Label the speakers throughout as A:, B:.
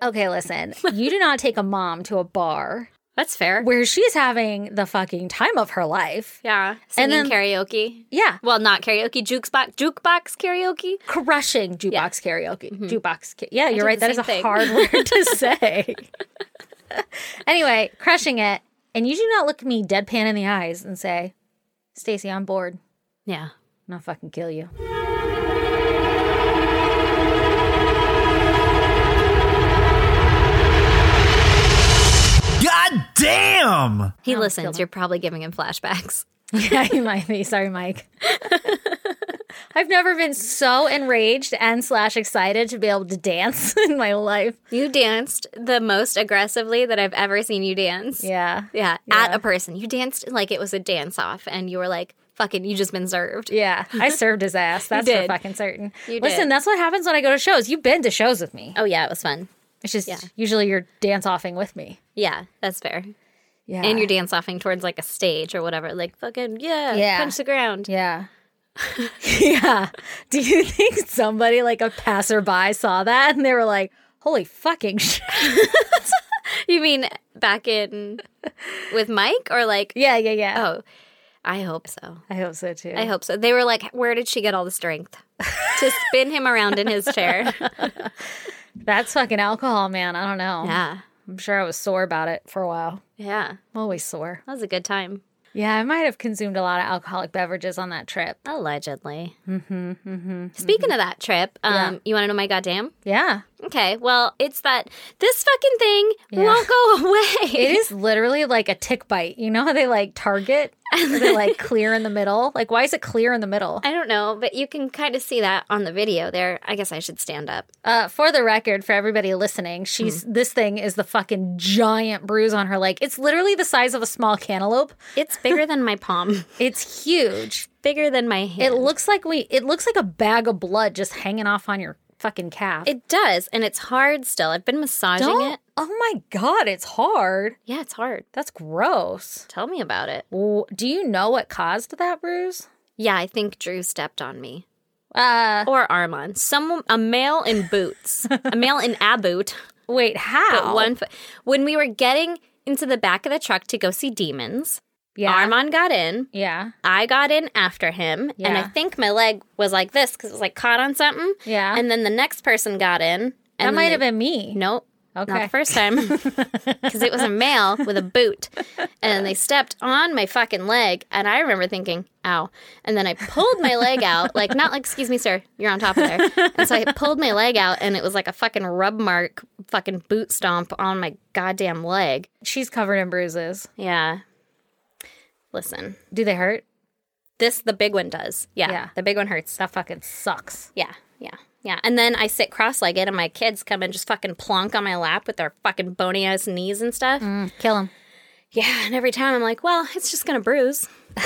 A: Okay, listen, you do not take a mom to a bar
B: That's fair.
A: where she's having the fucking time of her life.
B: yeah.
A: And
B: Singing
A: then-
B: karaoke.
A: Yeah.
B: Well, not karaoke, jukebox, jukebox karaoke.
A: Crushing jukebox
B: Yeah. Mm-hmm.
A: karaoke. Jukebox. Ca- yeah, you're right.
B: did the
A: That is a
B: same thing.
A: hard word to say. anyway, crushing it. And you do not look me deadpan in the eyes and say, Stacy, I'm bored.
B: Yeah.
A: And I'll fucking kill you.
C: God damn!
B: He listens. You're probably giving him flashbacks.
A: Yeah, you might be. Sorry, Mike. I've never been so enraged and slash excited to be able to dance in my life.
B: You danced the most aggressively that I've ever seen you dance.
A: Yeah.
B: Yeah, at a person. You danced like it was a dance off, and you were like, fucking, you just been served.
A: Yeah. I served his ass. That's
B: did.
A: for fucking certain.
B: You did.
A: Listen, that's what happens when I go to shows. You've been to shows with me.
B: Oh, yeah, it was fun.
A: It's just usually you're dance offing with me.
B: Yeah, that's fair.
A: Yeah.
B: And you're dance offing towards like a stage or whatever. Like, fucking, yeah,
A: Yeah.
B: punch the ground.
A: Yeah. yeah. Do you think somebody like a passerby saw that and they were like, holy fucking shit?
B: You mean back in with Mike or like,
A: Yeah, yeah, yeah.
B: oh, I hope so.
A: I hope so too.
B: I hope so. They were like, where did she get all the strength to spin him around in his chair?
A: That's fucking alcohol, man. I don't know.
B: Yeah.
A: I'm sure I was sore about it for a while.
B: Yeah.
A: I'm always sore.
B: That was a good time.
A: Yeah, I might have consumed a lot of alcoholic beverages on that trip.
B: Allegedly. Mm-hmm, Speaking of that trip, um, you want to know my goddamn?
A: Yeah.
B: Okay, well, it's that this fucking thing
A: Yeah.
B: won't go away.
A: It is literally like a tick bite. You know how they like target? Or they like clear in the middle? Like, why is it clear in the middle?
B: I don't know, but you can kind of see that on the video there. I guess I should stand up.
A: Uh, for the record, for everybody listening, she's
B: Hmm.
A: this thing is the fucking giant bruise on her leg. It's literally the size of a small cantaloupe.
B: It's bigger than my palm,
A: It's huge.
B: bigger than my hand.
A: It looks like we. It looks like a bag of blood just hanging off on your fucking calf.
B: It does, and it's hard still. I've been massaging
A: Don't-
B: it.
A: Oh my god, it's hard.
B: Yeah, it's hard.
A: That's gross.
B: Tell me about it.
A: W- Do you know what caused that bruise?
B: Yeah, I think Drew stepped on me
A: Uh,
B: or Armand. Some a male in boots, a male in a boot.
A: wait, how?
B: But one foot. When we were getting into the back of the truck to go see Demons,
A: yeah,
B: Armand got in.
A: yeah,
B: I got in after him, and I
A: Yeah.
B: think my leg was like this because it was like caught on something.
A: Yeah.
B: And then the next person got in. And
A: that might have been me.
B: Nope. Not
A: Okay.
B: the first time. Because it was a male with a boot. And they stepped on my fucking leg. And I remember thinking, ow. And then I pulled my leg out, like, not like, excuse me, sir, you're on top of there. And so I pulled my leg out, and it was like a fucking rub mark, fucking boot stomp on my goddamn leg.
A: She's covered in bruises.
B: Yeah. Listen,
A: Do they hurt?
B: this, the big one does. Yeah.
A: Yeah.
B: The big one hurts.
A: That fucking sucks.
B: Yeah, yeah, yeah. And then I sit cross legged and my kids come and just fucking plonk on my lap with their fucking bony ass knees and stuff.
A: Kill him.
B: Yeah, and every time I'm like, well, it's just gonna bruise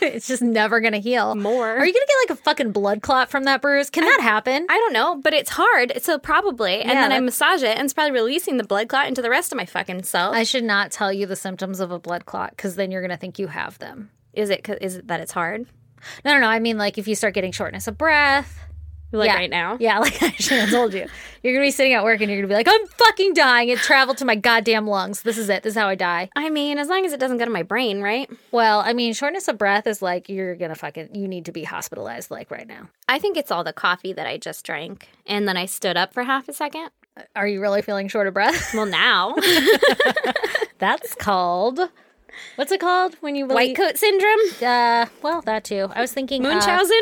A: it's just never gonna heal.
B: more.
A: Are you gonna get like a fucking blood clot from that bruise? Can that happen?
B: I don't know, but it's hard, so probably. And
A: Yeah,
B: then I
A: that-
B: massage it, and it's probably releasing the blood clot into the rest of my fucking self.
A: I should not tell you the symptoms of a blood clot because then you're gonna think you have them.
B: is it? 'cause- Is it that it's hard?
A: No, no, no. I mean, like if you start getting shortness of breath,
B: Like
A: yeah.
B: right now?
A: Yeah, like I should have told you. You're gonna be sitting at work and you're gonna be like, I'm fucking dying. It traveled to my goddamn lungs. This is it. This is how I die.
B: I mean, as long as it doesn't go to my brain, right?
A: Well, I mean, shortness of breath is like you're gonna fucking you need to be hospitalized like right now.
B: I think it's all the coffee that I just drank, and then I stood up for half a second.
A: Are you really feeling short of breath?
B: Well, now
A: That's called what's it called when you really,
B: white coat syndrome,
A: Uh, well, that too. I was thinking uh,
B: Munchausen,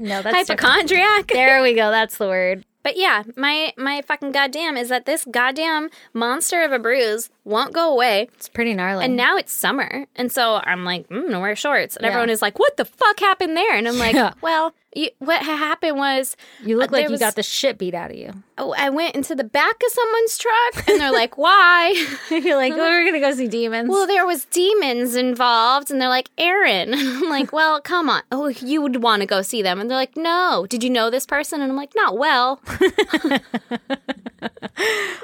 A: no, that's different.
B: hypochondriac.
A: there we go. That's the word.
B: But yeah, my my fucking goddamn is that this goddamn monster of a bruise won't go away,
A: It's pretty gnarly.
B: and now it's summer, and so I'm like, mm, I'm gonna wear shorts, and
A: Yeah.
B: everyone is like, "What the fuck happened there?" And I'm like,
A: Yeah.
B: "Well, you, what ha- happened was
A: you look
B: uh, there
A: like you
B: was-
A: got the shit beat out of you.
B: oh, I went into the back of someone's truck, and they're like, "Why?"
A: you're like, oh, we're gonna go see demons.
B: well, there was demons involved, and they're like, "Aaron," and I'm like, "Well, come on, oh, you would want to go see them," and they're like, "No, did you know this person?" And I'm like, "Not well."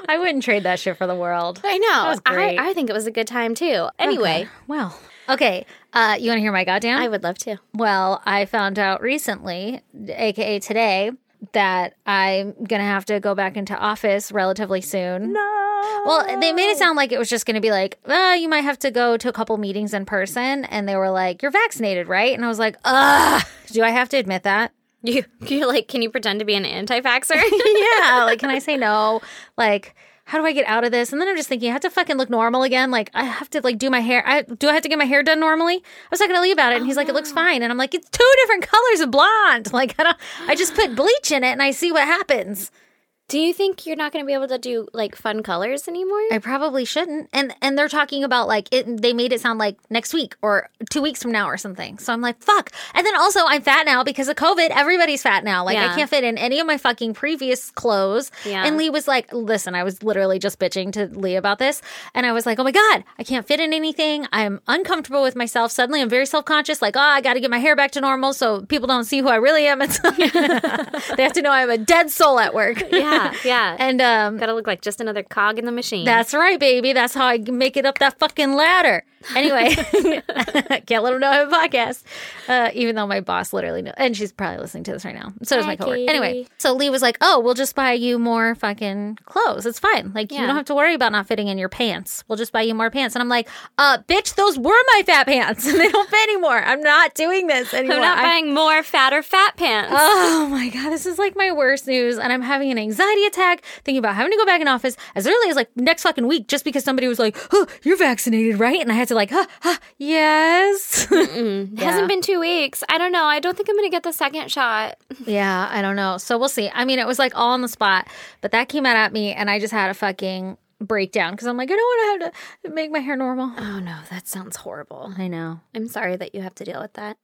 A: I wouldn't trade that shit for the world.
B: I know.
A: was great.
B: I, I think it was a good time too. Anyway,
A: Well, okay. Uh, you want to hear my goddamn?
B: I would love to.
A: well, I found out recently, aka today, that I'm going to have to go back into office relatively soon.
D: No.
A: Well, they made it sound like it was just going to be like, uh, you might have to go to a couple meetings in person. And they were like, you're vaccinated, right? And I was like, ugh, do I have to admit that?
B: You, you're like, can you pretend to be an anti-vaxxer?
A: yeah. Like, can I say no? Like, how do I get out of this? And then I'm just thinking, I have to fucking look normal again. Like, I have to like do my hair. I do I have to get my hair done normally? I was talking to Lee about it, and he's like, it looks fine. And I'm like, it's two different colors of blonde. Like, I don't. I just put bleach in it, and I see what happens.
B: do you think you're not going to be able to do like fun colors anymore?
A: I probably shouldn't. And and they're talking about like it. They made it sound like next week or two weeks from now or something. So I'm like, fuck. And then also I'm fat now because of COVID. Everybody's fat now. Like
B: Yeah.
A: I can't fit in any of my fucking previous clothes.
B: Yeah.
A: And Lee was like, listen, I was literally just bitching to Lee about this, and I was like, oh my god, I can't fit in anything. I'm uncomfortable with myself. Suddenly I'm very self conscious. Like, oh, I got to get my hair back to normal so people don't see who I really am. It's they have to know I'm a dead soul at work.
B: yeah, yeah.
A: And um,
B: Gotta look like just another cog in the machine.
A: that's right, baby. That's how I make it up that fucking ladder. Anyway, can't let them know I have a podcast, uh, even though my boss literally knows. And she's probably listening to this right now. So does
B: Hi,
A: my coworker.
B: Katie.
A: Anyway, so Lee was like, oh, we'll just buy you more fucking clothes. It's fine. Like, you
B: Yeah.
A: don't have to worry about not fitting in your pants. We'll just buy you more pants. And I'm like, uh, bitch, those were my fat pants. they don't fit anymore. I'm not doing this anymore.
B: I'm not
A: I-
B: buying more fatter fat pants.
A: Oh my god, this is like my worst news, and I'm having an anxiety attack thinking about having to go back in office as early as like next fucking week, just because somebody was like, "Huh, "You're vaccinated, right?" And I had to like, "Huh, huh yes."
B: It hasn't been two weeks. I don't know. I don't think I'm gonna get the second shot.
A: yeah, I don't know. So we'll see. I mean, it was like all on the spot, but that came out at me, and I just had a fucking breakdown because I'm like, I don't want to have to make my hair normal.
B: Oh no, that sounds horrible.
A: I know.
B: I'm sorry that you have to deal with that.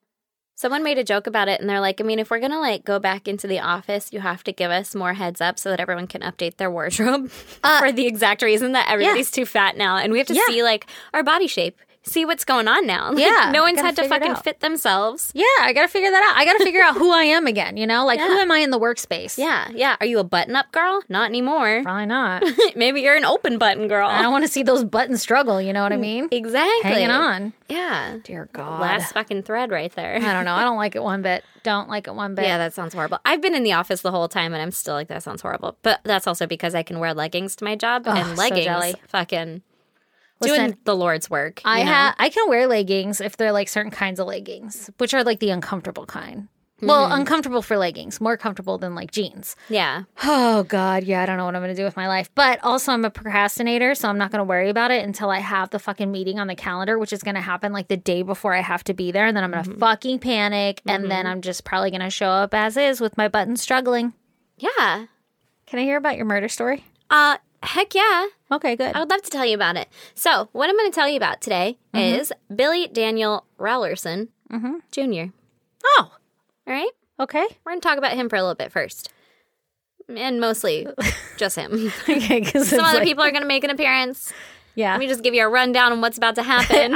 B: Someone made a joke about it and they're like, I mean, if we're gonna like go back into the office, you have to give us more heads up so that everyone can update their wardrobe for the exact reason that everybody's too fat now. And we have to
A: Yeah.
B: see like our body shape, see what's going on now. Like,
A: Yeah,
B: no one's
A: gotta
B: had to
A: figure it
B: fucking
A: out.
B: fit themselves.
A: Yeah, I gotta figure that out. I gotta figure out who I am again. You know, like who am I in the workspace?
B: Yeah, yeah. Are you a button up girl? Not anymore.
A: probably not.
B: Maybe you're an open button girl.
A: I don't want to see those buttons struggle. You know what I mean?
B: exactly.
A: Hanging on.
B: Yeah.
A: Mm, Dear God.
B: Last fucking thread right there.
A: I don't know. I don't like it one bit. Don't like it one bit.
B: Yeah, that sounds horrible. I've been in the office the whole time and I'm still like, that sounds horrible. But that's also because I can wear leggings to my job
A: so
B: and leggings
A: jelly.
B: fucking
A: Listen,
B: doing the Lord's work.
A: I
B: you know?
A: ha- I can wear leggings if they're like certain kinds of leggings, which are like the uncomfortable kind. Well, uncomfortable for leggings, more comfortable than like jeans.
B: Yeah.
A: Oh God, yeah, I don't know what I'm gonna do with my life. But also, I'm a procrastinator, so I'm not gonna worry about it until I have the fucking meeting on the calendar, which is gonna happen like the day before I have to be there, and then I'm gonna fucking panic, and then I'm just probably gonna show up as is with my buttons struggling.
B: Yeah.
A: Can I hear about your murder story?
B: Uh heck yeah.
A: Okay, good.
B: I would love to tell you about it. So what I'm gonna tell you about today
A: Mm-hmm.
B: is Billy Daniel Rowlerson Jr.
A: Oh,
B: All right?
A: okay.
B: We're gonna talk about him for a little bit first. And mostly just him.
A: Okay, because
B: Some other people are gonna make an appearance.
A: Yeah.
B: Let me just give you a rundown on what's about to happen.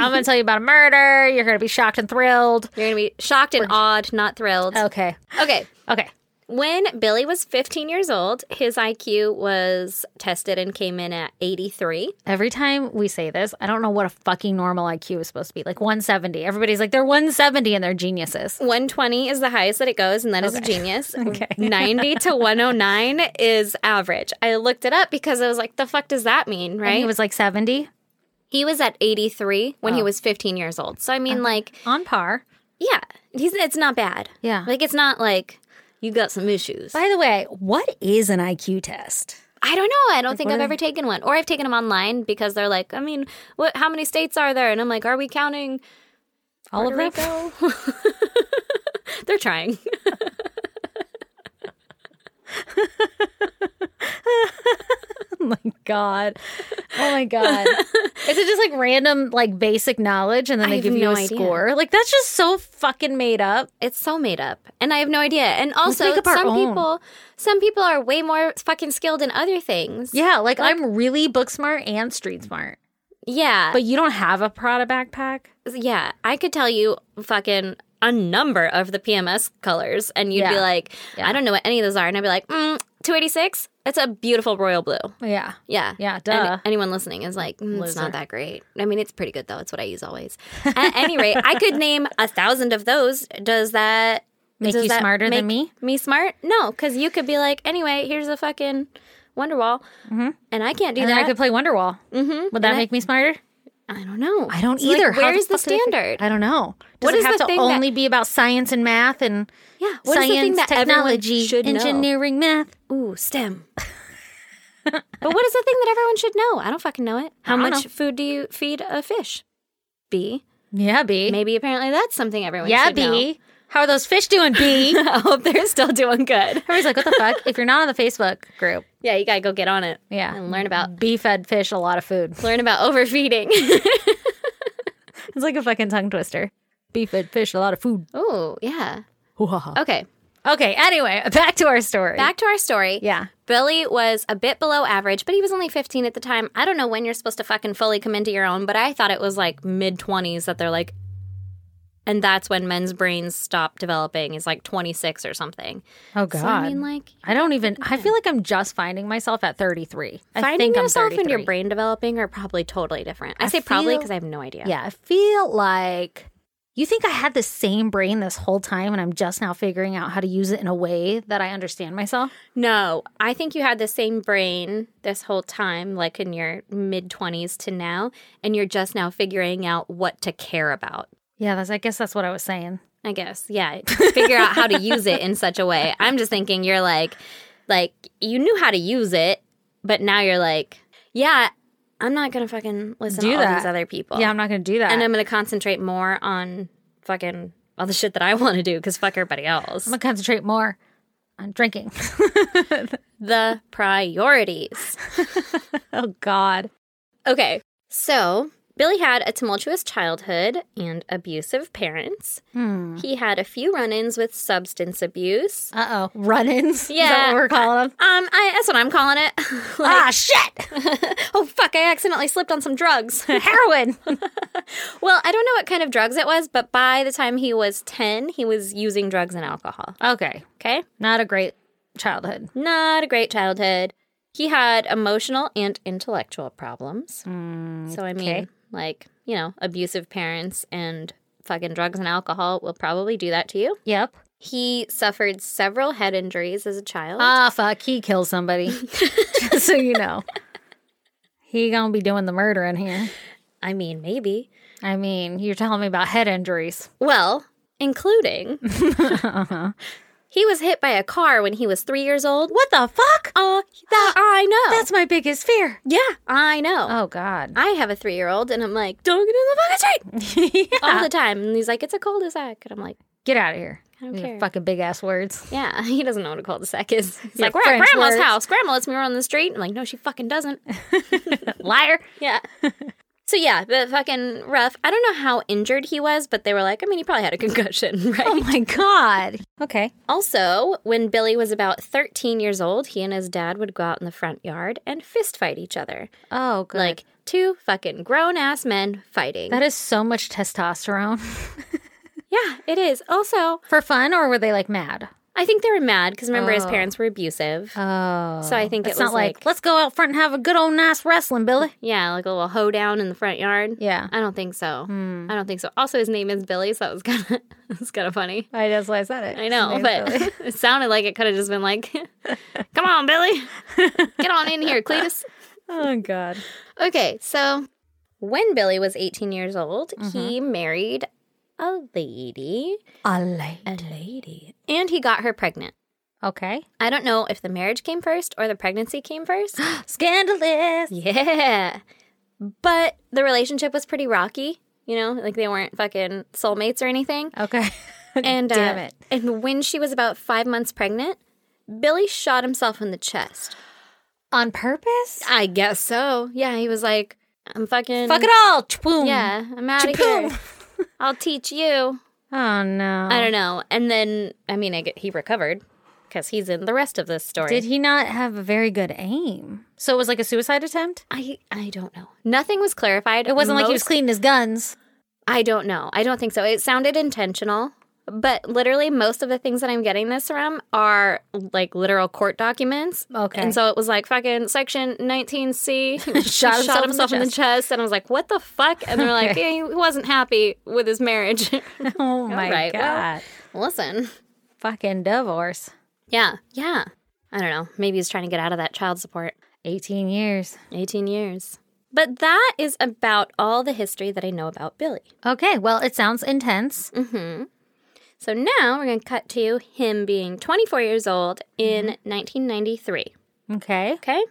A: I'm going to tell you about a murder. You're going to be shocked and thrilled.
B: You're gonna be shocked and awed, not thrilled.
A: Okay.
B: Okay.
A: Okay.
B: When Billy was 15 years old, his IQ was tested and came in at 83.
A: Every time we say this, I don't know what a fucking normal IQ is supposed to be. Like 170. Everybody's like, they're 170 and they're geniuses.
B: 120 is the highest that it goes, and that is a genius. 90 to 109 is average. I looked it up because I was like, the fuck does that mean, right?
A: And he was Oh. like 70
B: he was at 83 when he was 15 years old. So, I mean,
A: Uh-huh.
B: like,
A: on par.
B: yeah, he's, it's not bad.
A: Yeah.
B: Like, it's not like you got some issues.
A: By the way, what is an IQ test?
B: I don't know. I don't think I've ever taken one, or I've taken them online because they're like, I mean, what? How many states are there? And I'm like, are we counting?
A: All of them?
B: They're trying.
A: Oh my God. Oh my God. is it just like random, like basic knowledge and then they
B: have
A: give you
B: no
A: a
B: idea.
A: score? Like, that's just so fucking made up.
B: It's so made up, and I have no idea. And also,
A: make up our
B: some
A: own.
B: people, some people are way more fucking skilled in other things.
A: Yeah. Like, I'm really book smart and street smart,
B: yeah,
A: but you don't have a Prada backpack.
B: yeah. I could tell you fucking a number of the PMS colors, and you'd be
A: Yeah.
B: like, I don't know what any of those are, and I'd be like, mm, 286. It's a beautiful royal blue.
A: Yeah.
B: Yeah.
A: Yeah,
B: Any-
A: duh.
B: anyone listening is like, "Mm, it's not that great. I mean, it's pretty good though. It's what I use always. At any rate, I could name a thousand of those. Does that
A: Make
B: Does
A: you
B: that
A: smarter
B: make
A: than me?
B: Me smart? No, because you could be like, anyway, here's a fucking Wonderwall, and I can't
A: Mm-hmm.
B: do
A: And
B: that.
A: then I could play Wonderwall. Mm-hmm. Would that make me smarter?
B: I don't know.
A: I don't
B: So, like,
A: either. How
B: Where is the
A: fuck do they fi-
B: standard?
A: I don't know. Does
B: What
A: it
B: is
A: have
B: the
A: to
B: thing that-
A: only be about science and math and
B: yeah. What is
A: science,
B: the thing that everyone
A: technology,
B: should know?
A: engineering, math?
B: Ooh, STEM. but what is the thing that everyone should know? I don't fucking know it.
A: I
B: How
A: don't
B: much food do you feed a fish? Bee.
A: Yeah, B.
B: Maybe apparently that's something everyone
A: yeah,
B: should know.
A: B. How are those fish doing, B?
B: I hope they're still doing good.
A: Everybody's like, what the fuck? If you're not on the Facebook group,
B: Yeah, you gotta go get on it.
A: Yeah.
B: And learn about
A: B fed fish a lot of food.
B: learn about overfeeding.
A: It's like a fucking tongue twister. B fed fish a lot of food.
B: oh, yeah.
A: okay,
B: Okay.
A: anyway, back to our story.
B: Back to our story.
A: yeah.
B: Billy was a bit below average, but he was only 15 at the time. I don't know when you're supposed to fucking fully come into your own, but I thought it was like mid 20s that they're like, and that's when men's brains stop developing, is like 26 or something.
A: Oh, God.
B: So, I mean, like,
A: I don't even. I feel like I'm just finding myself at 33. I
B: finding
A: think
B: yourself
A: I'm
B: and your
A: 33.
B: brain developing are probably totally different. I, say probably
A: feel-
B: because I have no idea.
A: Yeah, I feel like you think I had the same brain this whole time, and I'm just now figuring out how to use it in a way that I understand myself.
B: No, I think you had the same brain this whole time, like in your mid 20s to now, and you're just now figuring out what to care about.
A: Yeah, that's. I guess that's what I was saying.
B: I guess. Yeah. Figure out how to use it in such a way. I'm just thinking you're like like you knew how to use it, but now you're like, yeah, I'm not going to fucking listen
A: Do
B: to all
A: that.
B: these other people.
A: yeah, I'm not going to do that.
B: and I'm going to concentrate more on fucking all the shit that I want to do cuz fuck everybody else.
A: I'm gonna concentrate more on drinking.
B: The priorities.
A: oh God.
B: Okay. So, Billy had a tumultuous childhood and abusive parents.
A: Hmm.
B: He had a few run-ins with substance abuse.
A: Uh oh. Run-ins. Is that
B: Yeah.
A: what we're calling them?
B: Um, I, that's what I'm calling it. Like-
A: ah shit.
B: oh fuck, I accidentally slipped on some drugs.
A: Heroin.
B: well, I don't know what kind of drugs it was, but by the time he was 10, he was using drugs and alcohol.
A: okay.
B: Okay?
A: Not a great childhood.
B: Not a great childhood. He had emotional and intellectual problems. so I mean,
A: okay.
B: like, you know, abusive parents and fucking drugs and alcohol will probably do that to you.
A: Yep.
B: He suffered several head injuries as a child.
A: Ah fuck. He killed somebody. Just so you know. He gonna be doing the murder in here.
B: I mean, maybe.
A: I mean, you're telling me about head injuries.
B: Well, including he was hit by a car when he was three years old.
A: What the fuck?
B: Uh, that I know.
A: That's my biggest fear.
B: yeah, I know.
A: Oh God.
B: I have a three year old, and I'm like, don't get in the fucking street all
A: Yeah.
B: the time. And he's like, it's a cul-de-sac, and I'm like,
A: Get out of here.
B: I don't
A: You
B: care.
A: Fucking big ass words.
B: yeah, he doesn't know what a cul-de-sac is. He's
A: Yeah,
B: like, we're
A: French
B: at grandma's
A: words.
B: house. Grandma lets me run the street. I'm like, no, she fucking doesn't.
A: Liar.
B: Yeah. So yeah, but fucking rough. I don't know how injured he was, but they were like, I mean, he probably had a concussion, right?
A: Oh my God. Okay.
B: Also, when Billy was about 13 years old, he and his dad would go out in the front yard and fist fight each other.
A: Oh, good.
B: Like two fucking grown ass men fighting.
A: that is so much testosterone.
B: yeah, it is. Also,
A: For fun, or were they like mad?
B: I think they were mad because remember his
A: Oh.
B: parents were abusive.
A: Oh.
B: so I think it
A: it's
B: was
A: not like, let's go out front and have a good old nice wrestling, Billy.
B: yeah, like a little hoedown in the front yard.
A: Yeah.
B: I don't think so. I don't think so. Also, his name is Billy, so that was kind of that's kind of funny.
A: I, that's why I said it.
B: I know, but it sounded like it could have just been like, "Come on, Billy, get on in here, Cletus."
A: oh, God.
B: Okay, so when Billy was 18 years old, he married a lady. A lady. And he got her pregnant.
A: Okay.
B: I don't know if the marriage came first or the pregnancy came first.
A: Scandalous.
B: yeah. But the relationship was pretty rocky, you know, like they weren't fucking soulmates or anything.
A: Okay.
B: And
A: Damn
B: uh,
A: it.
B: And when she was about 5 months pregnant, Billy shot himself in the chest.
A: On purpose?
B: I guess so. Yeah, he was like, I'm fucking
A: Fuck it all. Chwoom.
B: Yeah, I'm out of here. I'll teach you.
A: Oh, no.
B: I don't know. And then, I mean, I get, he recovered because he's in the rest of this story.
A: Did he not have a very good aim? So it was like a suicide attempt?
B: I, I don't know. Nothing was clarified.
A: It wasn't like he was cleaning his guns.
B: I don't know. I don't think so. It sounded intentional, but literally, most of the things that I'm getting this from are like literal court documents.
A: Okay.
B: And so it was like fucking section 19C. shot,
A: himself in the
B: himself in the,
A: chest.
B: chest. And I was like, what the fuck? And they're like,
A: Okay.
B: yeah, he wasn't happy with his marriage.
A: Oh, my
B: right, well.
A: God.
B: Listen,
A: fucking divorce.
B: Yeah. Yeah. I don't know. Maybe he's trying to get out of that child support.
A: 18 years.
B: 18 years. But that is about all the history that I know about Billy.
A: Okay, well, it sounds intense.
B: So now we're going to cut to him being 24 years old in
A: Mm-hmm.
B: 1993.
A: Okay.
B: Okay?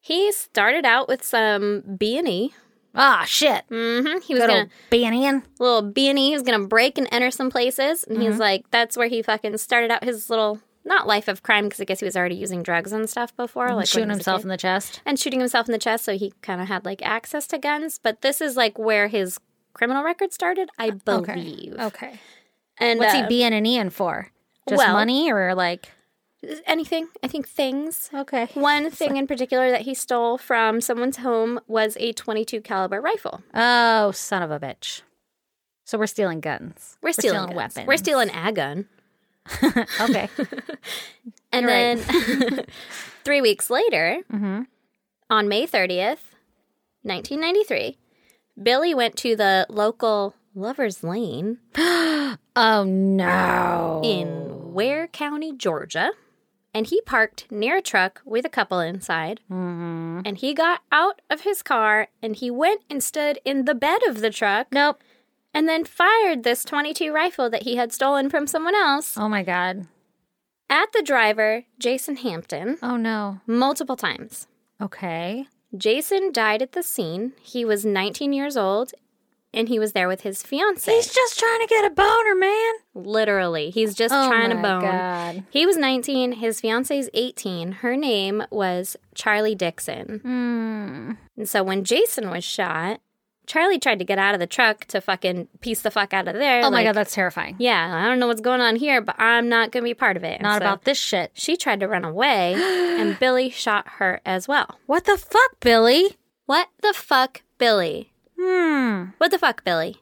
B: He started out with some E. B&E.
A: Ah, shit.
B: Mm-hmm. He was
A: Good
B: going
A: old
B: to
A: Banyan.
B: little B&E, he was going to break and enter some places and
A: Mm-hmm.
B: he's like that's where he fucking started out his little not life of crime because I guess he was already using drugs and stuff before like when he
A: Mm-hmm. Shooting
B: was a
A: himself
B: kid.
A: in the chest.
B: and shooting himself in the chest so he kind of had like access to guns, but this is like where his criminal record started, I believe.
A: Uh, Okay. Oh,
B: And
A: What's he
B: uh,
A: being an Ian for? Just
B: well-
A: money or like.
B: anything. I think things.
A: Okay.
B: One thing in particular that he stole from someone's home was a 22 caliber rifle.
A: Oh, son of a bitch. So we're stealing guns.
B: We're stealing, guns.
A: weapons.
B: We're stealing a gun.
A: Okay.
B: And
A: You're
B: then
A: right. Mm-hmm.
B: three weeks later, on May 30th, 1993, Billy went to the local Lover's Lane
A: oh, no.
B: in Ware County, Georgia. And he parked near a truck with a couple inside.
A: Mm-hmm.
B: And he got out of his car and he went and stood in the bed of the truck
A: Nope.
B: and then fired this 22 rifle that he had stolen from someone else
A: Oh, my God.
B: at the driver, Jason Hampton,
A: Oh, no.
B: multiple times.
A: Okay.
B: Jason died at the scene. He was 19 years old and he was there with his fiance.
A: He's just trying to get a boner, man.
B: Literally, he's just
A: Oh
B: trying to
A: my
B: bone.
A: God.
B: He was 19. His fiance's 18. Her name was Charlie Dixon.
A: Hmm.
B: And so when Jason was shot, Charlie tried to get out of the truck to fucking piece the fuck out of there.
A: Oh, my
B: like,
A: God. That's terrifying.
B: Yeah, I don't know what's going on here, but I'm not going to be part of it. And
A: Not
B: so
A: about this shit.
B: She tried to run away, and Billy shot her as well.
A: What the fuck, Billy?
B: What the fuck, Billy?
A: Hmm.
B: What the fuck, Billy?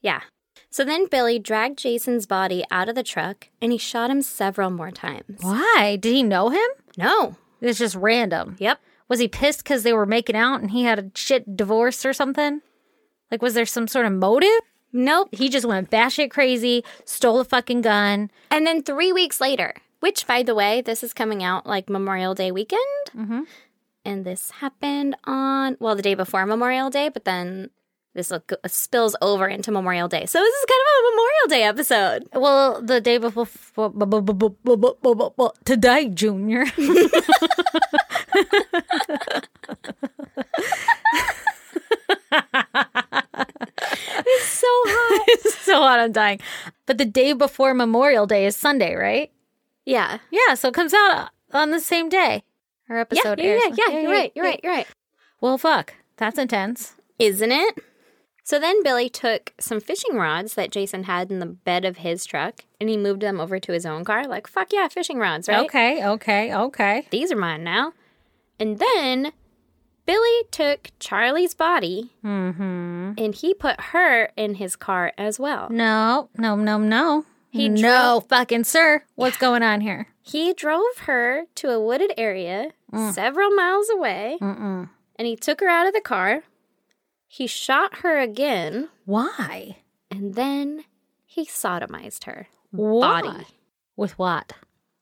B: Yeah. So then Billy dragged Jason's body out of the truck and he shot him several more times.
A: Why? Did he know him?
B: No.
A: It's just random.
B: Yep.
A: Was he pissed because they were making out and he had a shit divorce or something? Like, was there some sort of motive?
B: Nope.
A: He just went batshit crazy, stole a fucking gun.
B: And then three weeks later, which, by the way, this is coming out like Memorial Day weekend. Mm-hmm. And this happened on, well, the day before Memorial Day, but then this will go- spills over into Memorial Day. So this is kind of a Memorial Day episode.
A: Well, the day before bu- bu- bu- bu- bu- bu- bu- bu- bu- today, Junior.
B: So hot.
A: so hot, I'm dying. But the day before Memorial Day is Sunday, right?
B: yeah.
A: Yeah, so it comes out on the same day. Our
B: Yeah,
A: episode
B: yeah,
A: airs.
B: yeah, yeah, You're right. You're right. You're right.
A: Well, fuck. That's intense.
B: Isn't it? So then Billy took some fishing rods that Jason had in the bed of his truck and he moved them over to his own car. Like, fuck yeah, fishing rods, right?
A: Okay, okay, okay.
B: These are mine now. And then Billy took Charlie's body
A: Mm-hmm.
B: and he put her in his car as well.
A: No, no, no, no.
B: He
A: no fucking sir. What's going on here?
B: He drove her to a wooded area
A: Mm.
B: several miles away and he took her out of the car. He shot her again
A: Why?
B: and then he sodomized her.
A: Why?
B: Body.
A: With what?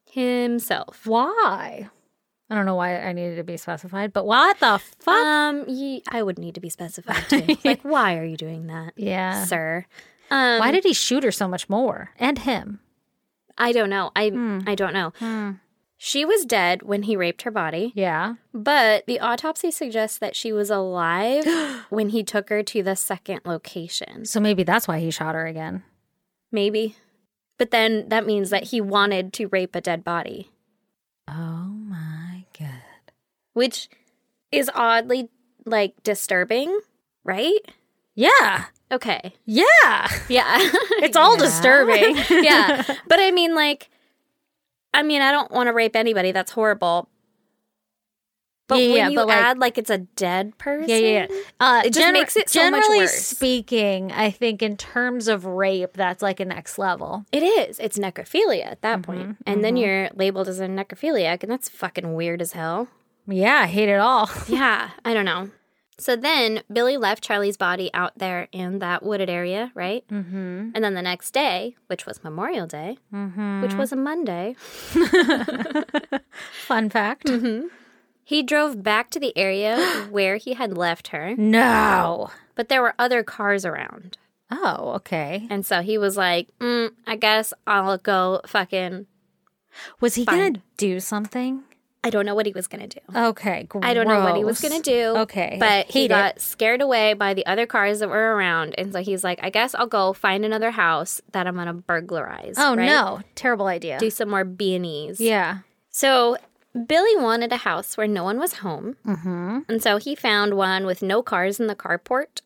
B: himself.
A: Why? I don't know why I needed to be specified, but what the fuck?
B: Um, ye- I would need to be specified too. like, why are you doing that,
A: yeah.
B: sir? Um,
A: Why did he shoot her so much more? And him.
B: I don't know. I
A: Hmm.
B: I don't know. She was dead when he raped her body,
A: Yeah.
B: but the autopsy suggests that she was alive when he took her to the second location.
A: So maybe that's why he shot her again.
B: Maybe, but then that means that he wanted to rape a dead body,
A: Oh my god.
B: which is oddly like disturbing, right?
A: Yeah.
B: Okay,
A: Yeah.
B: yeah.
A: It's all disturbing.
B: yeah. But I mean, like, I mean, I don't want to rape anybody. That's horrible. But
A: Yeah,
B: when
A: yeah,
B: you
A: but, like-
B: add like it's a dead person,
A: Yeah, yeah, yeah. Uh,
B: It just makes it so much
A: generally
B: worse.
A: speaking, I think in terms of rape, that's like a next level.
B: it is. It's necrophilia at that point. and then you're labeled as a necrophiliac, and that's fucking weird as hell.
A: Yeah, I hate it all.
B: Yeah, I don't know. So then Billy left Charlie's body out there in that wooded area, right? Mm-hmm. And then the next day, which was Memorial Day,
A: Mm-hmm.
B: which was a Monday,
A: Fun fact.
B: he drove back to the area where he had left her,
A: No.
B: but there were other cars around.
A: Oh, okay.
B: And so he was like, mm, I guess I'll go fucking.
A: Was he
B: Fine.
A: going to do something?
B: I don't know what he was going to do.
A: Okay, gross.
B: I don't know what he was going to do.
A: Okay.
B: But he
A: Hate it.
B: got scared away by the other cars that were around. And so he's like, I guess I'll go find another house that I'm going to burglarize.
A: Oh,
B: right?
A: no. Terrible idea.
B: Do some more B&Es.
A: yeah.
B: So Billy wanted a house where no one was home. Mm-hmm. And so he found one with no cars in the carport.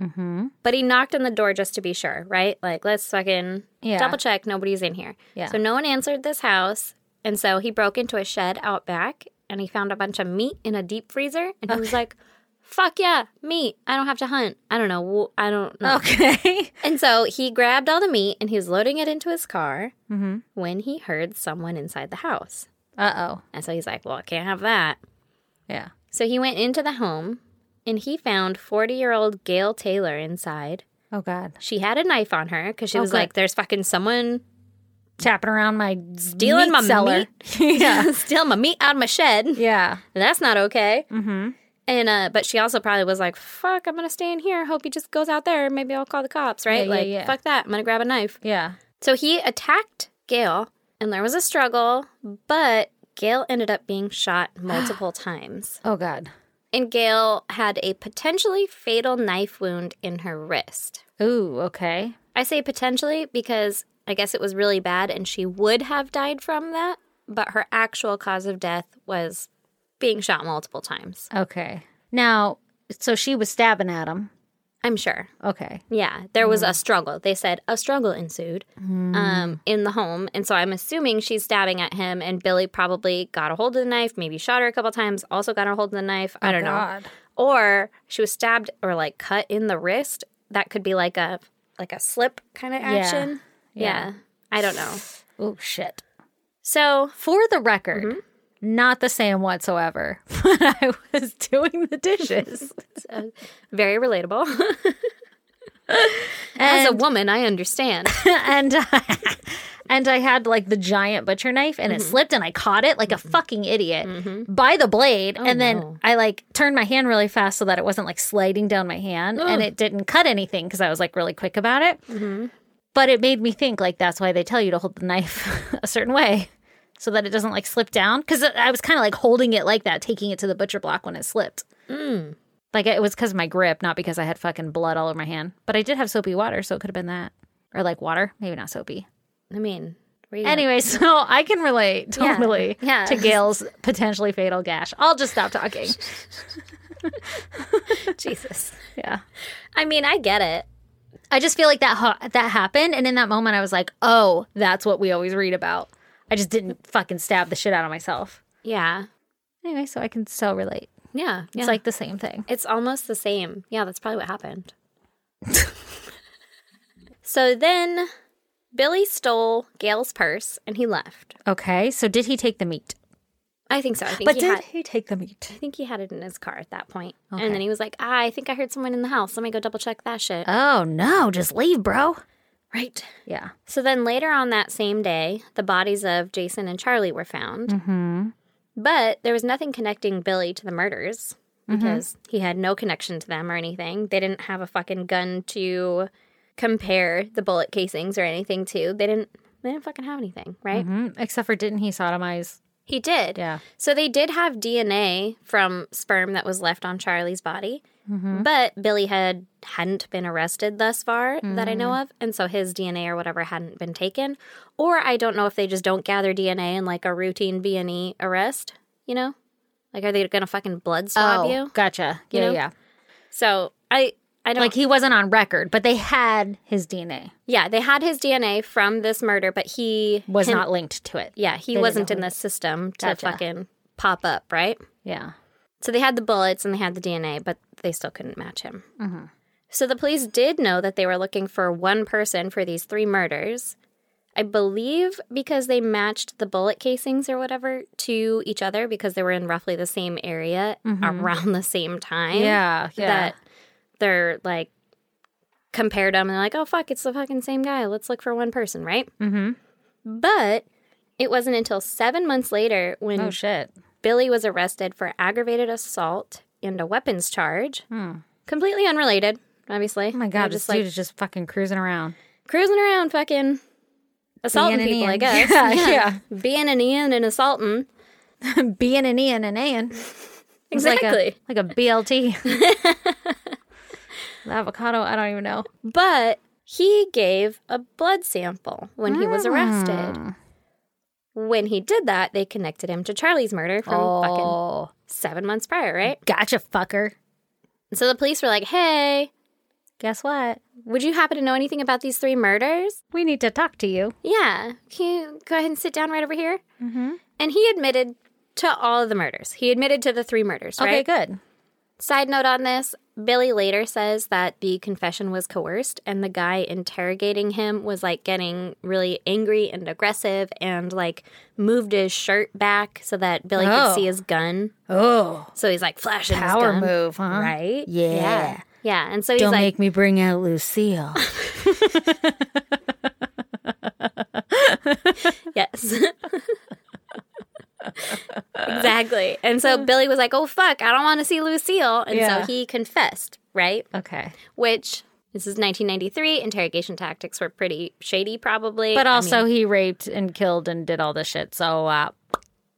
B: Mm-hmm. But he knocked on the door just to be sure, right? Like, let's fucking
A: Yeah.
B: double check nobody's in here.
A: Yeah.
B: So no one answered this house. And so he broke into a shed out back and he found a bunch of meat in a deep freezer. And he was like, fuck yeah, meat. I don't have to hunt. I don't know. Wh- I don't know.
A: Okay.
B: And so he grabbed all the meat and he was loading it into his car
A: Mm-hmm.
B: when he heard someone inside the house.
A: uh oh.
B: And so he's like, well, I can't have that.
A: Yeah.
B: So he went into the home and he found 40 year old Gail Taylor inside.
A: Oh, God.
B: She had a knife on her because she
A: Oh,
B: was
A: good.
B: like, there's fucking someone
A: Tapping around my meat
B: stealing my
A: cellar.
B: meat.
A: yeah.
B: stealing my meat out of my shed.
A: Yeah.
B: That's not okay. Mm-hmm. And, uh, but she also probably was like, fuck, I'm going to stay in here. Hope he just goes out there. Maybe I'll call the cops, right?
A: Yeah, yeah,
B: like,
A: yeah.
B: fuck that. I'm going to grab a knife.
A: Yeah.
B: So he attacked Gail, and there was a struggle, but Gail ended up being shot multiple times.
A: Oh, God.
B: And Gail had a potentially fatal knife wound in her wrist.
A: Ooh, okay.
B: I say potentially because I guess it was really bad and she would have died from that, but her actual cause of death was being shot multiple times.
A: Okay. Now, so she was stabbing at him.
B: I'm sure.
A: Okay.
B: Yeah, there was a struggle. They said a struggle ensued um, in the home. And so I'm assuming she's stabbing at him, and Billy probably got a hold of the knife, maybe shot her a couple times, also got a hold of the knife. I don't
A: God.
B: know. Or she was stabbed or like cut in the wrist. That could be like a like a slip kind of action. Yeah. I don't know.
A: Oh, shit.
B: So
A: For the record,
B: Mm-hmm.
A: not the same whatsoever, but I was doing the dishes.
B: very relatable. As a
A: And-
B: woman, I understand.
A: and and I had like the giant butcher knife and it slipped and I caught it like a fucking idiot by the blade and then
B: no.
A: I like turned my hand really fast so that it wasn't like sliding down my hand and it didn't cut anything because I was like really quick about it. But it made me think like that's why they tell you to hold the knife a certain way so that it doesn't like slip down because I was kind of like holding it like that, taking it to the butcher block when it slipped. Like it was because of my grip, not because I had fucking blood all over my hand. But I did have soapy water, so it could have been that. Or like water, maybe not soapy.
B: I mean, what are you
A: Anyway, so I can relate
B: Yeah.
A: totally
B: Yeah.
A: to Gail's potentially fatal gash. I'll just stop talking.
B: Jesus.
A: Yeah.
B: I mean, I get it.
A: I just feel like that ha- that happened and in that moment I was like, "Oh, that's what we always read about." I just didn't fucking stab the shit out of myself.
B: Yeah.
A: Anyway, so I can so relate.
B: Yeah.
A: It's like the same thing.
B: It's almost the same. Yeah, that's probably what happened. so then Billy stole Gail's purse and he left.
A: Okay. So did he take the meat?
B: I think so. I think
A: But
B: he
A: did
B: had
A: he take the meat?
B: I think he had it in his car at that point.
A: Okay.
B: And then he was like, ah, I think I heard someone in the house. Let me go double check that shit.
A: Oh no, just leave, bro.
B: right.
A: Yeah.
B: So then later on that same day, the bodies of Jason and Charlie were found. Mm-hmm. But there was nothing connecting Billy to the murders because he had no connection to them or anything. They didn't have a fucking gun to compare the bullet casings or anything to. They didn't. They didn't fucking have anything, right?
A: Mm, except for didn't he sodomize?
B: He did.
A: Yeah.
B: So they did have DNA from sperm that was left on Charlie's body,
A: Mm-hmm.
B: but Billy had hadn't been arrested thus far that I
A: Mm-hmm.
B: know of, and so his DNA or whatever hadn't been taken. Or I don't know if they just don't gather DNA in like a routine B and E arrest. You know, like are they gonna fucking blood
A: Oh,
B: swab you?
A: gotcha. Yeah,
B: know?
A: yeah.
B: So I I don't
A: Like he wasn't on record, but they had his DNA.
B: yeah they had his DNA from this murder, but he
A: Was not linked to it.
B: yeah he
A: didn't
B: wasn't
A: know
B: in
A: who-
B: the system to
A: Gotcha.
B: fucking pop up right.
A: Yeah.
B: So they had the bullets and they had the DNA, but they still couldn't match him.
A: Mm-hmm.
B: So the police did know that they were looking for one person for these three murders. I believe because they matched the bullet casings or whatever to each other because they were in roughly the same area around the same time.
A: Mm-hmm. Yeah, yeah.
B: That they're like compared them and they're like, oh, fuck, it's the fucking same guy. Let's look for one person, right? Mm
A: Mm-hmm.
B: hmm. But it wasn't until seven months later when
A: Oh shit.
B: Billy was arrested for aggravated assault and a weapons charge. Completely unrelated, obviously.
A: Hmm. Oh my god,
B: just
A: this
B: like
A: dude is just fucking cruising around.
B: cruising around, fucking assaulting
A: Being an
B: people. I
A: Ian.
B: guess.
A: Yeah, yeah.
B: Being an Ian and assaulting.
A: Being an Ian and Ann. It's like a-
B: Exactly.
A: Like a, BLT. The avocado, I don't even know.
B: But he gave a blood sample when he was
A: Hmm.
B: arrested. When he did that, they connected him to Charlie's murder from fucking
A: Oh,
B: seven months prior, right?
A: gotcha, fucker.
B: So the police were like, "Hey,
A: Guess what?
B: would you happen to know anything about these three murders?"
A: We need to talk to you.
B: Yeah. Can you go ahead and sit down right over here? Mm-hmm. And he admitted to all of the murders. He admitted to the three murders,
A: Okay,
B: right?
A: good.
B: Side note on this Billy later says that the confession was coerced, and the guy interrogating him was like getting really angry and aggressive and like moved his shirt back so that Billy
A: Oh.
B: could see his gun.
A: Oh,
B: So he's like flashing
A: power
B: his gun.
A: move, huh?
B: Right?
A: Yeah.
B: Yeah. Yeah. And so he's
A: Don't
B: like,
A: make me bring out Lucille.
B: Yes. exactly. And so Billy was like, oh, fuck, I don't want to see Lucille. And
A: Yeah.
B: so he confessed, right?
A: okay.
B: Which, this is 1993. Interrogation tactics were pretty shady, probably.
A: But
B: I
A: also,
B: mean,
A: he raped and killed and did all this shit. So, uh,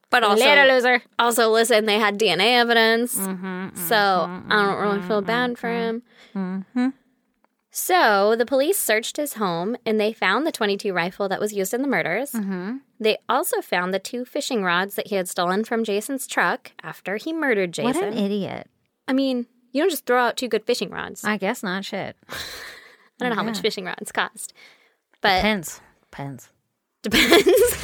B: but also,
A: later, loser.
B: also, listen, they had DNA evidence.
A: Mm-hmm,
B: so I don't really feel bad for him.
A: Mm-hmm.
B: So the police searched his home and they found the 22 rifle that was used in the murders.
A: Mm-hmm.
B: They also found the two fishing rods that he had stolen from Jason's truck after he murdered
A: What
B: Jason.
A: an idiot.
B: I mean, you don't just throw out two good fishing rods. I,
A: I guess not shit.
B: don't know how much fishing rods cost, but
A: Pens. Pens.
B: depends.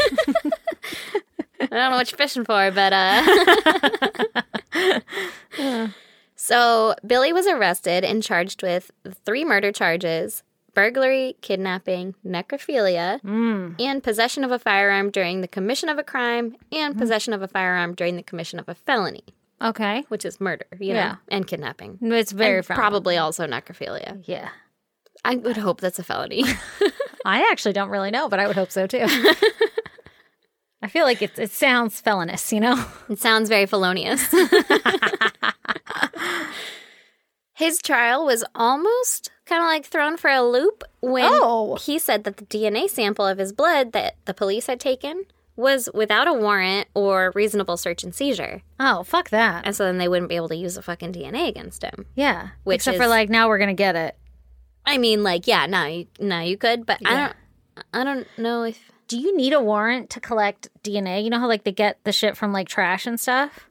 B: I don't know what you're fishing for, but uh. so Billy was arrested and charged with three murder charges: burglary, kidnapping, necrophilia, and possession of a firearm during the commission of a crime, and possession of a firearm during the commission of a felony,
A: Okay.
B: which is murder, you
A: Yeah.
B: know, and kidnapping.
A: It's very
B: And
A: probable.
B: probably also necrophilia.
A: Yeah.
B: I would hope that's a felony.
A: I actually don't really know, but I would hope so too. I feel like it, it sounds felonious, you know?
B: It sounds very felonious. His trial was almost kind of like thrown for a loop when
A: Oh.
B: he said that the DNA sample of his blood that the police had taken was without a warrant or reasonable search and seizure.
A: Oh, fuck that.
B: And so then they wouldn't be able to use the fucking DNA against him.
A: Yeah.
B: Which
A: Except
B: is-
A: for like, now we're going to get it.
B: I mean, like, yeah, now you, now you could, but I don't I don't know if
A: Do you need a warrant to collect DNA? You know how like they get the shit from like trash and stuff?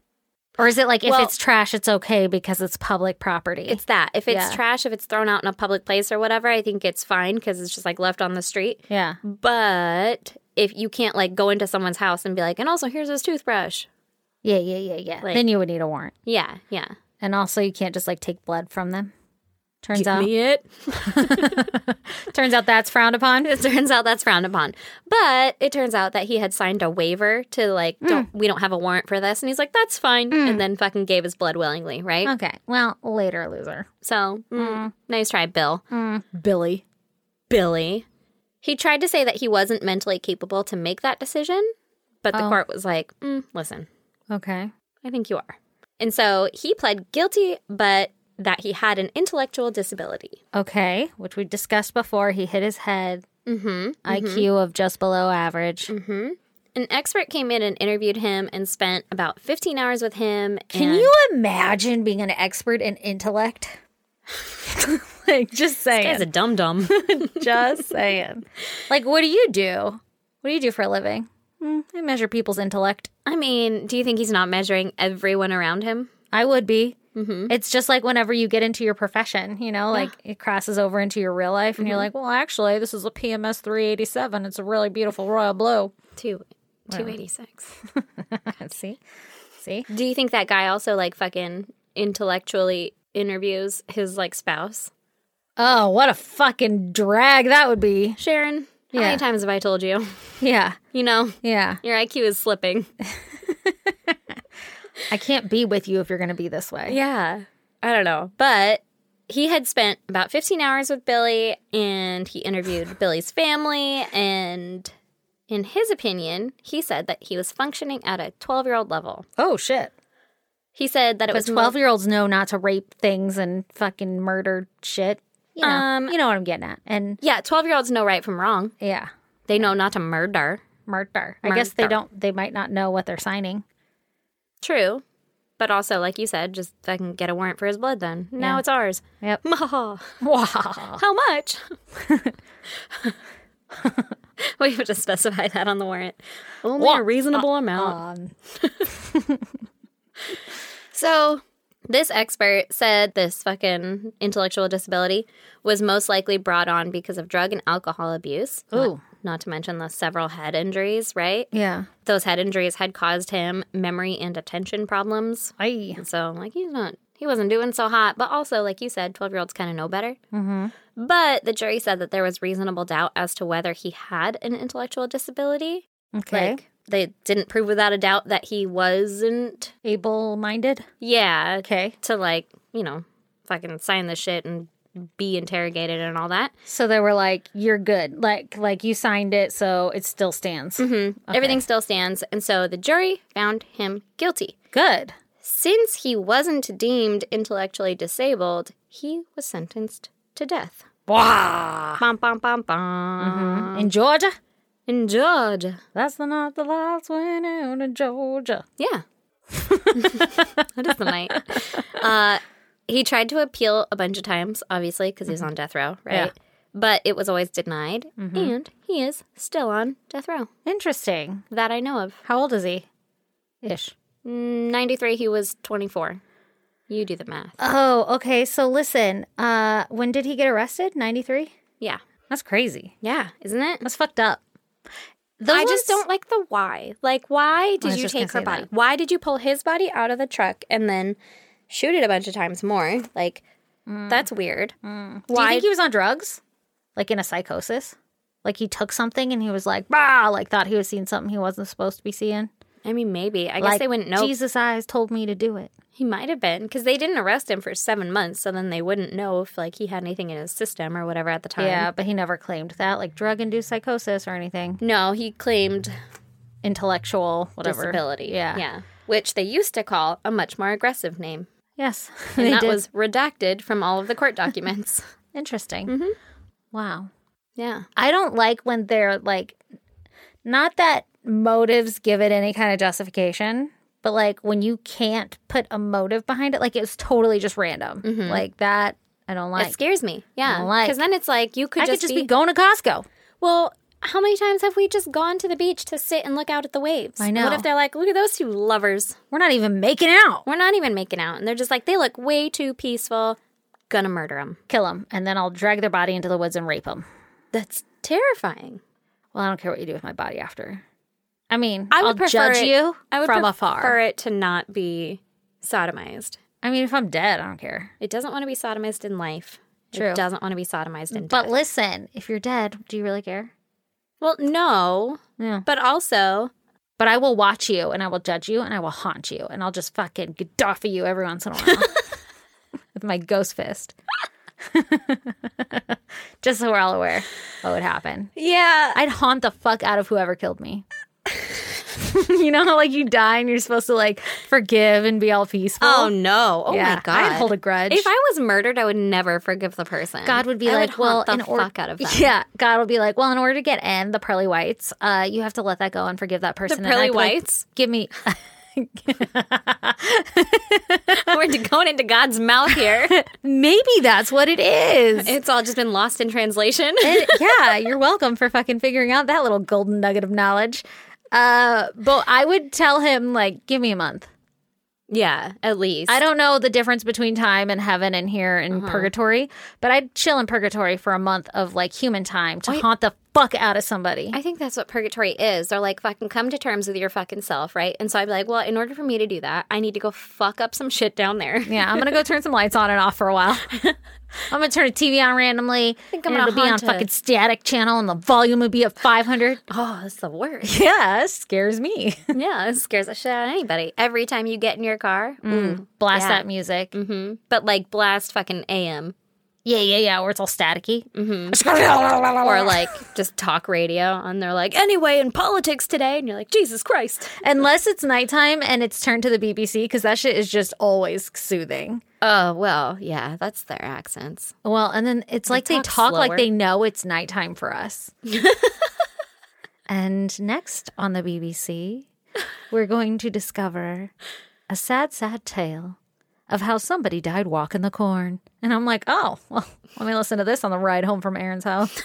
A: Or is it like if
B: Well-
A: it's trash, it's okay because it's public property?
B: It's that. If it's
A: Yeah.
B: trash, if it's thrown out in a public place or whatever, I think it's fine because it's just like left on the street.
A: yeah.
B: But if you can't like go into someone's house and be like, and also here's his toothbrush.
A: Yeah, yeah, yeah, yeah.
B: Like-
A: then you would need a warrant.
B: Yeah, yeah.
A: And also, you can't just like take blood from them. Turns out,
B: it.
A: turns out that's frowned upon.
B: It turns out that's frowned upon. But it turns out that he had signed a waiver to like, don't, we don't have a warrant for this. And he's like, that's fine. And then fucking gave his blood willingly, right?
A: Okay. Well, later, loser.
B: So mm, nice try, Bill.
A: Billy.
B: Billy. He tried to say that he wasn't mentally capable to make that decision, but the court was like, mm, listen,
A: Okay.
B: I think you are. And so he pled guilty, but that he had an intellectual disability.
A: Okay. Which we discussed before. He hit his head. Mm-hmm. IQ of just below average.
B: An expert came in and interviewed him and spent about 15 hours with him.
A: Can
B: and
A: you imagine being an expert in intellect? like, just
B: Guy's
A: saying.
B: a dum dum.
A: just saying. Like, what do you do? What do you do for a living? Mm, I measure people's intellect.
B: I mean, do you think he's not measuring everyone around him?
A: I would be. It's just like whenever you get into your profession, you know, like it crosses over into your real life, and you're like, well, actually, this is a PMS 387. It's a really beautiful royal blue.
B: Two, 286.
A: See? See?
B: Do you think that guy also like fucking intellectually interviews his like spouse?
A: Oh, what a fucking drag that would be.
B: Sharon,
A: Yeah.
B: How many times have I told you?
A: Yeah.
B: You know,
A: Yeah.
B: your IQ is slipping.
A: I can't be with you if you're going to be this way.
B: Yeah. I don't know. But he had spent about 15 hours with Billy and he interviewed Billy's family. And in his opinion, he said that he was functioning at a 12 year old level.
A: Oh, shit.
B: He said that it
A: But
B: was mo-
A: 12 year olds know not to rape things and fucking murder shit. You know,
B: Um,
A: you know what I'm getting at. And
B: yeah, 12 year olds know right from wrong.
A: yeah,
B: They know not to murder.
A: murder. I guess they
B: Murder.
A: don't, they might not know what they're signing.
B: True. But also, like you said, just fucking get a warrant for his blood then. Now
A: Yeah.
B: it's ours.
A: Yep.
B: How
A: Wow.
B: much? we have to specify that on the warrant. uh, Only a reasonable amount.
A: Um,
B: So, this expert said this fucking intellectual disability was most likely brought on because of drug and alcohol abuse.
A: Ooh.
B: Not to mention the several head injuries, right?
A: yeah.
B: Those head injuries had caused him memory and attention problems.
A: I,
B: So, like, he's not, he wasn't doing so hot. But also, like you said, 12 year olds kind of know better. Mm-hmm. But the jury said that there was reasonable doubt as to whether he had an intellectual disability.
A: okay.
B: Like, they didn't prove without a doubt that he wasn't.
A: Able minded.
B: Yeah.
A: Okay.
B: to like you know fucking sign the shit and be interrogated and all that
A: So they were like, you're good. Like, like you signed it, so it still stands.
B: Mm-hmm. everything still stands and so the jury found him guilty
A: Good.
B: since he wasn't deemed intellectually disabled he was sentenced to death
A: Wow.
B: bum, bum, bum, bum.
A: In Georgia?
B: in georgia
A: That's the night the lights went out in Georgia.
B: Yeah. that is the night. Uh, he tried to appeal a bunch of times, obviously, because he was on death row,
A: Mm-hmm.
B: right?
A: Yeah. Mm-hmm.
B: But it was always denied, and he is still on death row
A: Interesting.
B: that I know of.
A: How old is he? Ish.
B: Mm, 93, he was 24. You do the math.
A: Oh, okay. So listen, uh, when did he get arrested? 93?
B: Yeah.
A: That's crazy.
B: Yeah, isn't it?
A: That's fucked up. Those
B: I
A: ones-
B: just don't like the why. Like, why
A: I
B: did
A: was
B: you
A: just gonna
B: take her
A: say
B: body?
A: that.
B: Why did you pull his body out of the truck and then shoot it a bunch of times more? Like,
A: Mm.
B: that's weird.
A: Do you
B: Why
A: think he was on drugs? Like in a psychosis? Like he took something and he was like, bah, like thought he was seeing something he wasn't supposed to be seeing.
B: I mean, maybe. I guess
A: like,
B: they wouldn't know.
A: Jesus' eyes told me to do it.
B: He might have been because they didn't arrest him for seven months, so then they wouldn't know if like he had anything in his system or whatever at the time.
A: Yeah, but he never claimed that, like drug induced psychosis or anything.
B: No, he claimed
A: Intellectual, whatever.
B: disability.
A: Yeah.
B: yeah, which they used to call a much more aggressive name,
A: Yes.
B: and
A: they
B: that
A: did.
B: was redacted from all of the court documents.
A: Interesting.
B: Mm-hmm.
A: Wow.
B: yeah,
A: I don't like when they're like, not that motives give it any kind of justification, but like when you can't put a motive behind it, like it's totally just random.
B: Mm-hmm.
A: Like that, I don't like.
B: it scares me. Yeah,
A: don't like-
B: because then it's like you could
A: I
B: just,
A: could just
B: be,
A: be, going to Costco.
B: well. How many times have we just gone to the beach to sit and look out at the waves?
A: I know.
B: What if they're like, look at those two lovers?
A: We're not even making out.
B: We're not even making out, and they're just like, they look way too peaceful. Gonna murder them.
A: Kill them, and then I'll drag their body into the woods and rape them.
B: That's terrifying.
A: Well, I don't care what you do with my body after. I mean,
B: I would
A: I'll
B: prefer
A: judge
B: it-
A: you
B: I would
A: from
B: prefer
A: afar.
B: it to not be sodomized.
A: I mean, if I'm dead, I don't care.
B: It doesn't want to be sodomized in life.
A: True.
B: It doesn't want to be sodomized in
A: But
B: death.
A: listen, if you're dead, do you really care?
B: well, no.
A: Yeah.
B: But also,
A: But I will watch you and I will judge you and I will haunt you and I'll just fucking Gaddafi you every once in a while with my ghost fist. just so we're all aware what would happen.
B: yeah.
A: I'd haunt the fuck out of whoever killed me. you know how like you die and you're supposed to like forgive and be all peaceful?
B: Oh no! Oh
A: Yeah,
B: my god!
A: I'd hold a grudge.
B: If I was murdered, I would never forgive the person.
A: God would be
B: I
A: like, well,
B: haunt the
A: in order,
B: fuck out of them.
A: yeah, God would be like, well, in order to get in the pearly whites, uh, you have to let that go and forgive that person. And I'd
B: pearly
A: be like,
B: whites?
A: give me,
B: We're going into God's mouth here.
A: maybe that's what it is.
B: it's all just been lost in translation.
A: It- yeah, you're welcome for fucking figuring out that little golden nugget of knowledge. Uh, but I would tell him like, give me a month.
B: yeah, at least
A: I don't know the difference between time and heaven and here and purgatory, but I'd chill in purgatory for a month of like human time to haunt the fuck out of somebody.
B: I think that's what purgatory is. They're like, fucking come to terms with your fucking self, right? And so I'd be like, well, in order for me to do that, I need to go fuck up some shit down there.
A: yeah, I'm gonna go turn some lights on and off for a while. I'm gonna turn the TV on randomly. I
B: think I'm
A: and
B: gonna
A: it'll be on
B: haunt
A: fucking
B: it.
A: static channel, and the volume would be at 500.
B: Oh, that's the worst.
A: yeah, it scares me.
B: yeah, it scares the shit out of anybody. Every time you get in your car, ooh.
A: Blast
B: Yeah.
A: that music.
B: Mhm. but like blast fucking AM
A: Mm-hmm. Yeah, yeah, yeah. Where it's all staticky.
B: Mm-hmm. or like just talk radio, and they're like, anyway, in politics today, and you're like, Jesus Christ.
A: Unless it's nighttime and it's turned to the BBC because that shit is just always soothing.
B: Oh well, yeah, that's their accents.
A: Well, and then it's like they
B: talk
A: talk, like
B: slower.
A: they know it's nighttime for us. and next on the BBC, we're going to discover a sad, sad tale of how somebody died walking the corn. And I'm like, oh, well, let me listen to this on the ride home from Aaron's house.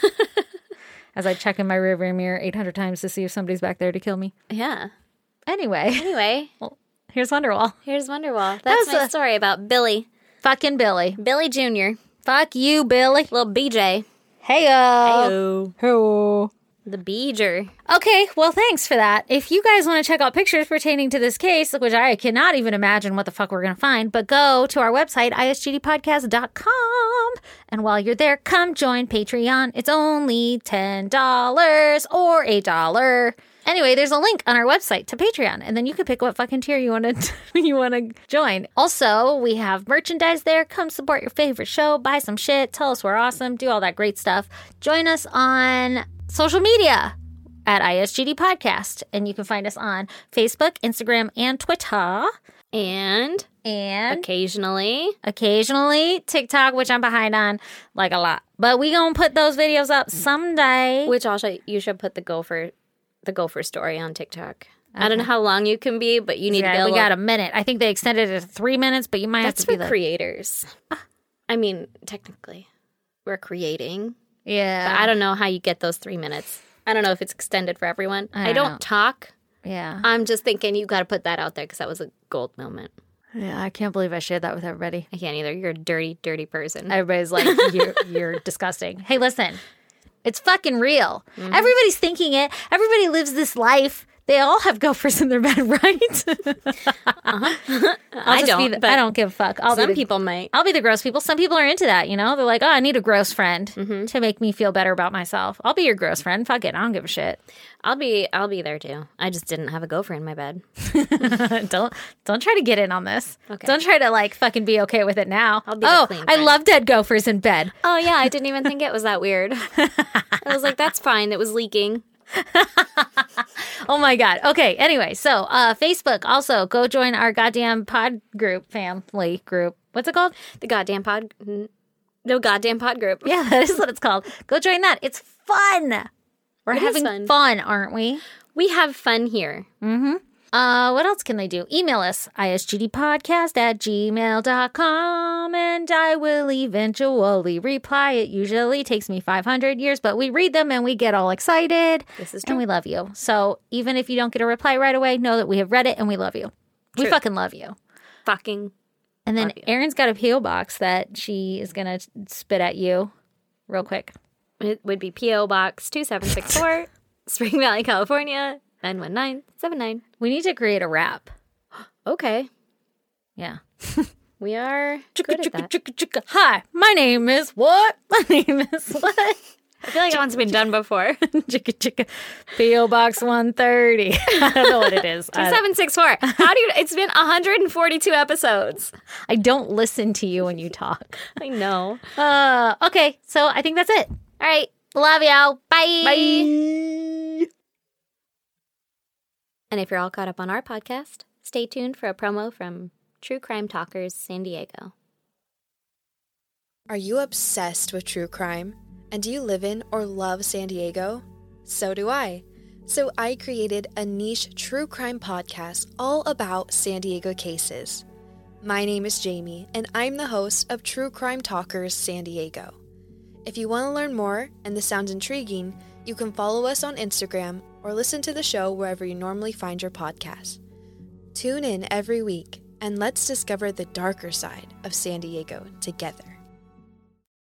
A: As I check in my rearview mirror 800 times to see if somebody's back there to kill me.
B: Yeah.
A: Anyway,
B: Anyway,
A: here's Wonderwall.
B: here's Wonderwall. That's
A: was
B: my
A: a-
B: story about Billy,
A: Fucking Billy.
B: Billy Junior,
A: Fuck you, Billy.
B: little BJ.
A: Hey,
B: Oh,
A: Hey,
B: the Beeger.
A: Okay, well, thanks for that. If you guys want to check out pictures pertaining to this case, which I cannot even imagine what the fuck we're going to find, but go to our website, isgdpodcast.com. And while you're there, come join Patreon. It's only $10 or $8. Anyway, there's a link on our website to Patreon, and then you can pick what fucking tier you want to you want to join. Also, we have merchandise there. Come support your favorite show, buy some shit, tell us we're awesome, do all that great stuff. Join us on social media at ISGD Podcast. And you can find us on Facebook, Instagram, and Twitter.
B: And
A: And
B: occasionally,
A: occasionally TikTok, which I'm behind on like a lot. But we gonna put those videos up someday.
B: which also you should put the gopher, the gopher story on TikTok. I don't know how long you can be, but you need to
A: Yeah,
B: go.
A: we got a minute. I think they extended it to three minutes, but you might
B: That's
A: have to
B: for
A: be the
B: creators. I mean, technically, we're creating.
A: yeah,
B: I don't know how you get those three minutes. I don't know if it's extended for everyone. I,
A: don't
B: don't
A: know.
B: talk.
A: yeah,
B: I'm just thinking you got to put that out there because that was a gold moment.
A: yeah. I can't believe I shared that with everybody.
B: I can't either. You're a dirty, dirty person.
A: Everybody's like, you're, you're disgusting. Hey, listen, it's fucking real.
B: Mm-hmm.
A: Everybody's thinking it. Everybody lives this life. They all have gophers in their bed, right? I'll
B: Uh-huh. I
A: just be
B: don't,
A: the-
B: but
A: I don't give a fuck. I'll
B: Some
A: be the,
B: people might.
A: I'll be the gross people. Some people are into that, you know? They're like, oh, I need a gross friend
B: Mm-hmm.
A: to make me feel better about myself. I'll be your gross friend. Fuck it. I don't give a shit.
B: I'll be. I'll be there too. I just didn't have a gopher in my bed.
A: don't don't try to get in on this.
B: Okay.
A: Don't try to like fucking be okay with it now.
B: I'll be the
A: oh,
B: clean
A: I
B: friend.
A: love dead gophers in bed.
B: Oh yeah, I didn't even think it was that weird. I was like, that's fine. It was leaking.
A: Oh my god. Okay. Anyway, so uh Facebook also go join our goddamn pod group family group. What's it called?
B: The goddamn pod. n- No goddamn pod group.
A: Yeah, that is what it's called. Go join that. It's fun. We're
B: It is
A: having
B: fun.
A: fun, aren't we?
B: We have fun here.
A: Uh, what else can they do? Email us, isgdpodcast at gmail.com, and I will eventually reply. It usually takes me 500 years, but we read them and we get all excited.
B: This is
A: And we love you. So even if you don't get a reply right away, know that we have read it and we love you. We
B: True.
A: fucking love you.
B: Fucking.
A: And then
B: Love you.
A: Erin's got a P.O. box that she is going to spit at you real quick.
B: It would be PO Box two seven six four, Spring Valley, California nine one nine seven nine.
A: We need to create a rap.
B: Okay,
A: Yeah.
B: we are good at that.
A: Hi, my name is what? My name is what?
B: I feel like that one's been done before.
A: chicka chicka PO Box 130. I don't know what it is. I, don't-
B: Seven six four. How do you? It's been hundred and forty two episodes.
A: I don't listen to you when you talk.
B: I know.
A: Uh, okay, so I think that's it. All right. Love y'all. Bye. Bye.
B: And if you're all caught up on our podcast, stay tuned for a promo from True Crime Talkers San Diego.
D: Are you obsessed with true crime? And do you live in or love San Diego? So do I. So I created a niche true crime podcast all about San Diego cases. My name is Jamie, and I'm the host of True Crime Talkers San Diego. If you want to learn more and this sounds intriguing, you can follow us on Instagram or listen to the show wherever you normally find your podcast. Tune in every week and let's discover the darker side of San Diego together.